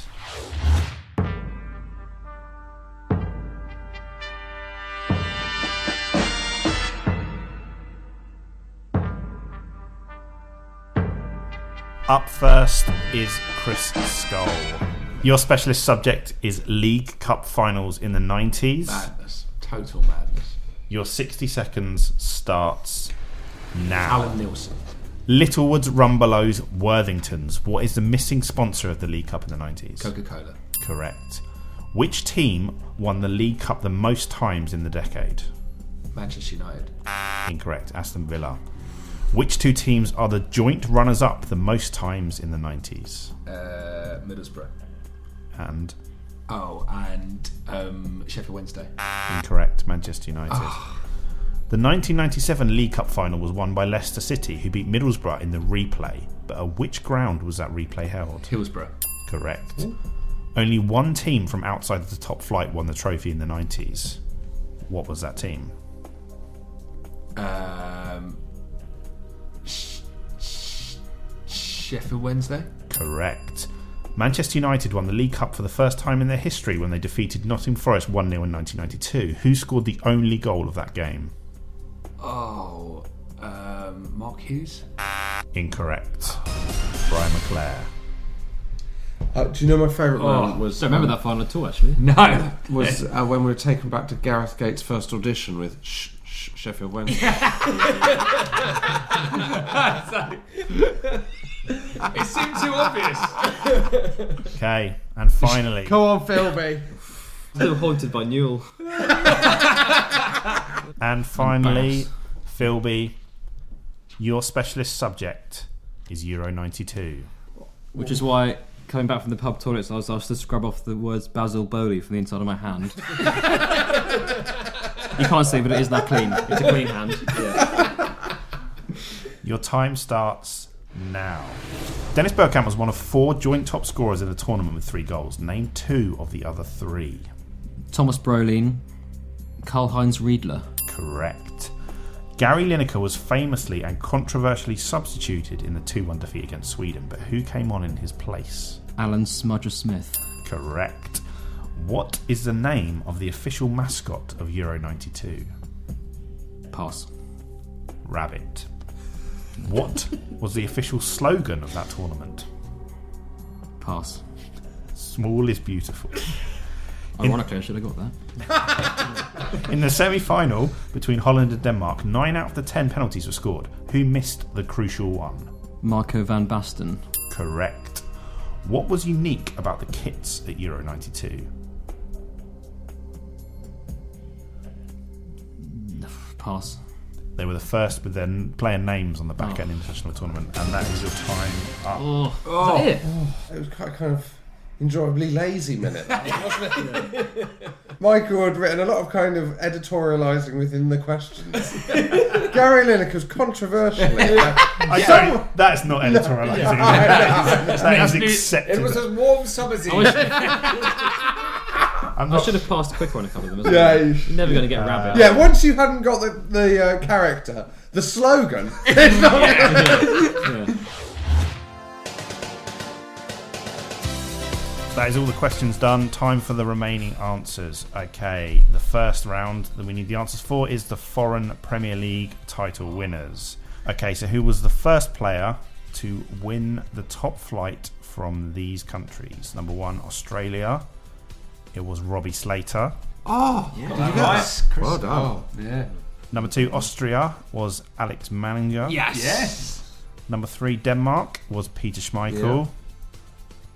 S4: Up first is Chris Skull. Your specialist subject is League Cup finals in the 90s.
S17: Madness. Total madness.
S4: Your 60 seconds starts now.
S17: Alan Nielsen.
S4: Littlewood's, Rumbelows, Worthingtons. What is the missing sponsor of the League Cup in the 90s?
S17: Coca Cola.
S4: Correct. Which team won the League Cup the most times in the decade?
S17: Manchester United. uh,
S4: Incorrect. Aston Villa. Which two teams are the joint runners up the most times in the 90s?
S17: Uh, Middlesbrough.
S4: And
S17: Oh, and um, Sheffield Wednesday.
S4: Incorrect. Manchester United. The 1997 League Cup final was won by Leicester City, who beat Middlesbrough in the replay. But at which ground was that replay held?
S17: Hillsborough.
S4: Correct. Only one team from outside the top flight won the trophy in the 90s. What was that team?
S17: Um, Sh- Sh- Sheffield Wednesday.
S4: Correct. Manchester United won the League Cup for the first time in their history when they defeated Nottingham Forest 1 0 in 1992. Who scored the only goal of that game?
S17: Oh, um, Mark Hughes.
S4: Incorrect. Brian McClare.
S5: Uh, do you know my favourite
S7: Oh,
S5: one was?
S7: don't remember that final at all, actually.
S17: No.
S5: Was uh, when we were taken back to Gareth Gates' first audition with Sh- Sh- Sheffield Wednesday.
S17: it seemed too obvious.
S4: Okay, and finally.
S5: Go on, Philby.
S7: Still haunted by Newell.
S4: And finally, Philby, your specialist subject is Euro 92.
S7: Which is why, coming back from the pub toilets, I was asked to scrub off the words Basil Bowley from the inside of my hand. you can't see, but it is that clean. It's a clean hand.
S4: Your time starts now. Dennis Bergkamp was one of four joint top scorers in the tournament with three goals. Name two of the other three.
S7: Thomas Brolin, Karl Heinz Riedler.
S4: Correct. Gary Lineker was famously and controversially substituted in the 2 1 defeat against Sweden, but who came on in his place?
S7: Alan Smudger Smith.
S4: Correct. What is the name of the official mascot of Euro 92?
S7: Pass.
S4: Rabbit. What was the official slogan of that tournament?
S7: Pass.
S4: Small is beautiful. In-
S7: Ironically, I should have got that.
S4: In the semi final between Holland and Denmark, 9 out of the 10 penalties were scored. Who missed the crucial one?
S7: Marco van Basten.
S4: Correct. What was unique about the kits at Euro 92?
S7: Pass.
S4: They were the first with their n- player names on the back at an international tournament, and that is your time up.
S20: Oh, it was quite a kind of enjoyably lazy minute. Michael had written a lot of kind of editorialising within the questions. Gary Lineker's controversially.
S4: I don't- that's not editorialising.
S20: No,
S4: that is
S20: That's new-
S4: accepted.
S21: It was as warm summer's eve.
S7: I should have passed quicker on a couple of them. as
S20: Yeah,
S7: well.
S20: you
S7: You're never going to get a rabbit.
S20: Yeah, once you hadn't got the, the uh, character, the slogan, it's not.
S4: That is all the questions done. Time for the remaining answers. Okay, the first round that we need the answers for is the foreign Premier League title winners. Okay, so who was the first player to win the top flight from these countries? Number one, Australia. It was Robbie Slater.
S5: Oh,
S4: Yeah.
S5: did
S4: Got
S5: you
S4: that
S5: get
S4: right.
S5: that?
S4: Well done.
S5: Oh,
S22: yeah.
S4: Number two, Austria was Alex Manninger.
S22: Yes. Yes.
S4: Number three, Denmark was Peter Schmeichel.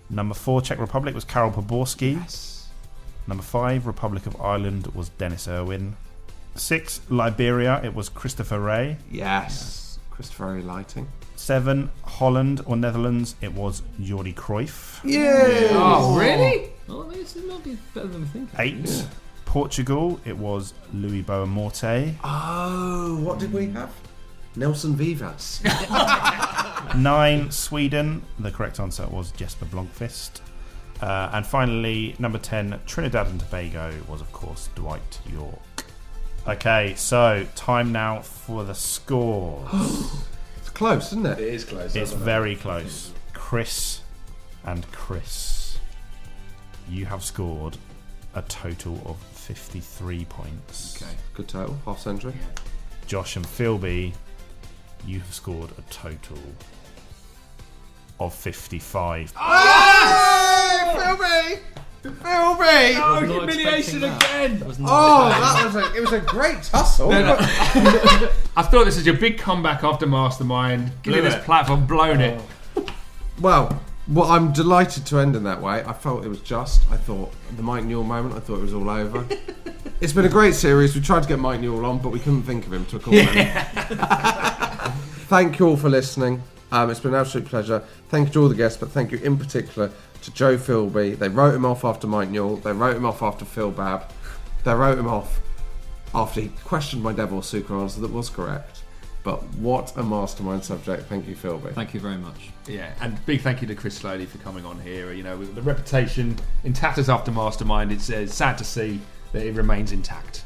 S4: Number four, Czech Republic was Karol Poborski. Number five, Republic of Ireland was Dennis Irwin. Six, Liberia, it was Christopher Ray.
S5: Yes. Christopher Lighting.
S4: Seven, Holland or Netherlands, it was Jordi Cruyff.
S5: Yes.
S7: Oh, really? Well, I mean, this might be better than we think.
S4: Eight, Portugal, it was Louis Boamorte.
S5: Oh, what did we have? Nelson Vivas.
S4: Nine, Sweden. The correct answer was Jesper Blomqvist. Uh, and finally, number 10, Trinidad and Tobago was, of course, Dwight York. Okay, so time now for the scores.
S5: it's close, isn't it? It
S21: is close.
S4: it's very close. Chris and Chris, you have scored a total of 53 points. Okay,
S5: good total, half century.
S4: Josh and Philby, you have scored a total of 55
S5: Yes! Phil me! Phil me!
S21: No, humiliation again.
S5: Oh, that was a, it was a great tussle.
S6: No, no. I thought this was your big comeback after Mastermind. Giving
S5: Blew
S6: this
S5: it.
S6: platform, blown it.
S7: Oh.
S5: Well, well, I'm delighted to end in that way. I felt it was just. I thought the Mike Newell moment. I thought it was all over. it's been a great series. We tried to get Mike Newell on, but we couldn't think of him. Took all. thank you all for listening. Um, it's been an absolute pleasure. Thank you to all the guests, but thank you in particular to Joe Philby. They wrote him off after Mike Newell. They wrote him off after Phil Babb. They wrote him off after he questioned my Devil Sucre answer that was correct. But what a mastermind subject. Thank you, Philby.
S7: Thank you very much.
S6: Yeah, and big thank you to Chris Slowly for coming on here. You know, the reputation in tatters after Mastermind, it's uh, sad to see that it remains intact.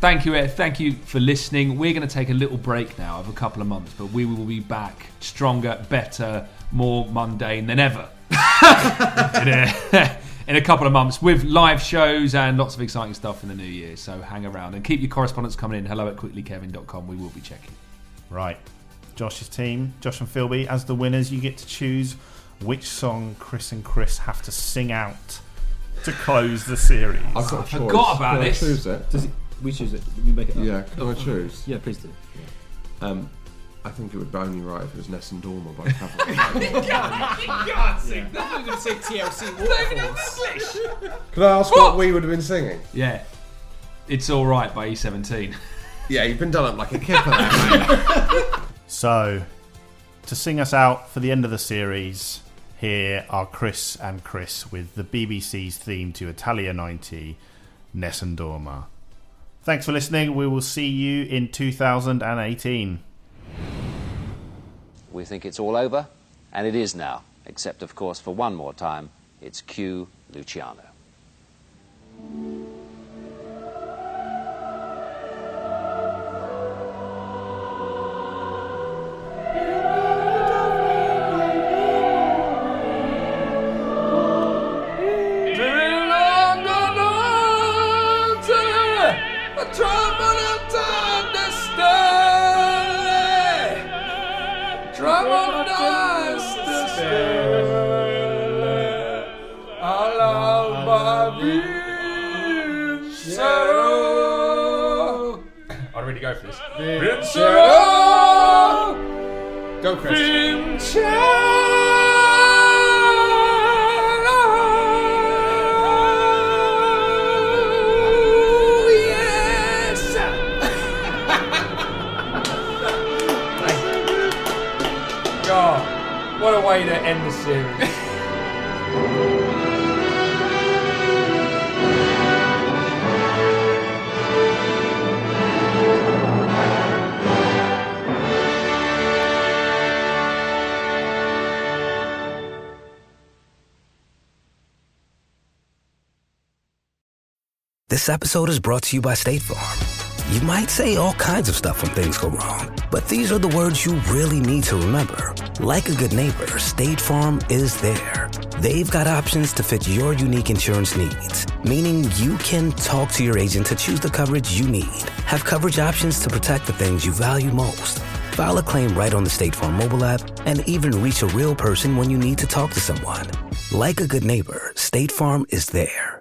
S6: Thank you, Ed. Thank you for listening. We're going to take a little break now of a couple of months, but we will be back stronger, better, more mundane than ever. in, a, in a couple of months with live shows and lots of exciting stuff in the new year. So hang around and keep your correspondence coming in. Hello at quicklykevin.com. We will be checking.
S4: Right. Josh's team, Josh and Philby, as the winners, you get to choose which song Chris and Chris have to sing out to close the series.
S5: I've got a choice. Can I choose it?
S7: Does it, we choose it. We make it up.
S5: Yeah, can I choose?
S7: Yeah, please do.
S5: Um, I think it would be only right if it was Ness and Dormer by Cavalry.
S21: you can't sing. That's what I'm going to say TLC waterfalls.
S5: Can I ask what we would have been singing?
S6: Yeah. It's all right by E E17.
S5: Yeah, you've been done up like a kid for that.
S4: So, to sing us out for the end of the series, here are Chris and Chris with the BBC's theme to Italia 90, Nessun Dorma. Thanks for listening. We will see you in 2018.
S1: We think it's all over, and it is now, except, of course, for one more time. It's Q Luciano.
S6: Drum of dust to stay. Al alba vincero.
S5: I'd really go for this.
S6: Vincero.
S5: Go, Chris. God, what a way to end the series.
S7: This episode is brought to you by State Farm. You might say all kinds of stuff when things go wrong, but these are the words you really need to remember. Like a good neighbor, State Farm is there. They've got options to fit your unique insurance needs, meaning you can talk to your agent to choose the coverage you need, have coverage options to protect the things you value most, file a claim right on the State Farm mobile app, and even reach a real person when you need to talk to someone. Like a good neighbor, State Farm is there.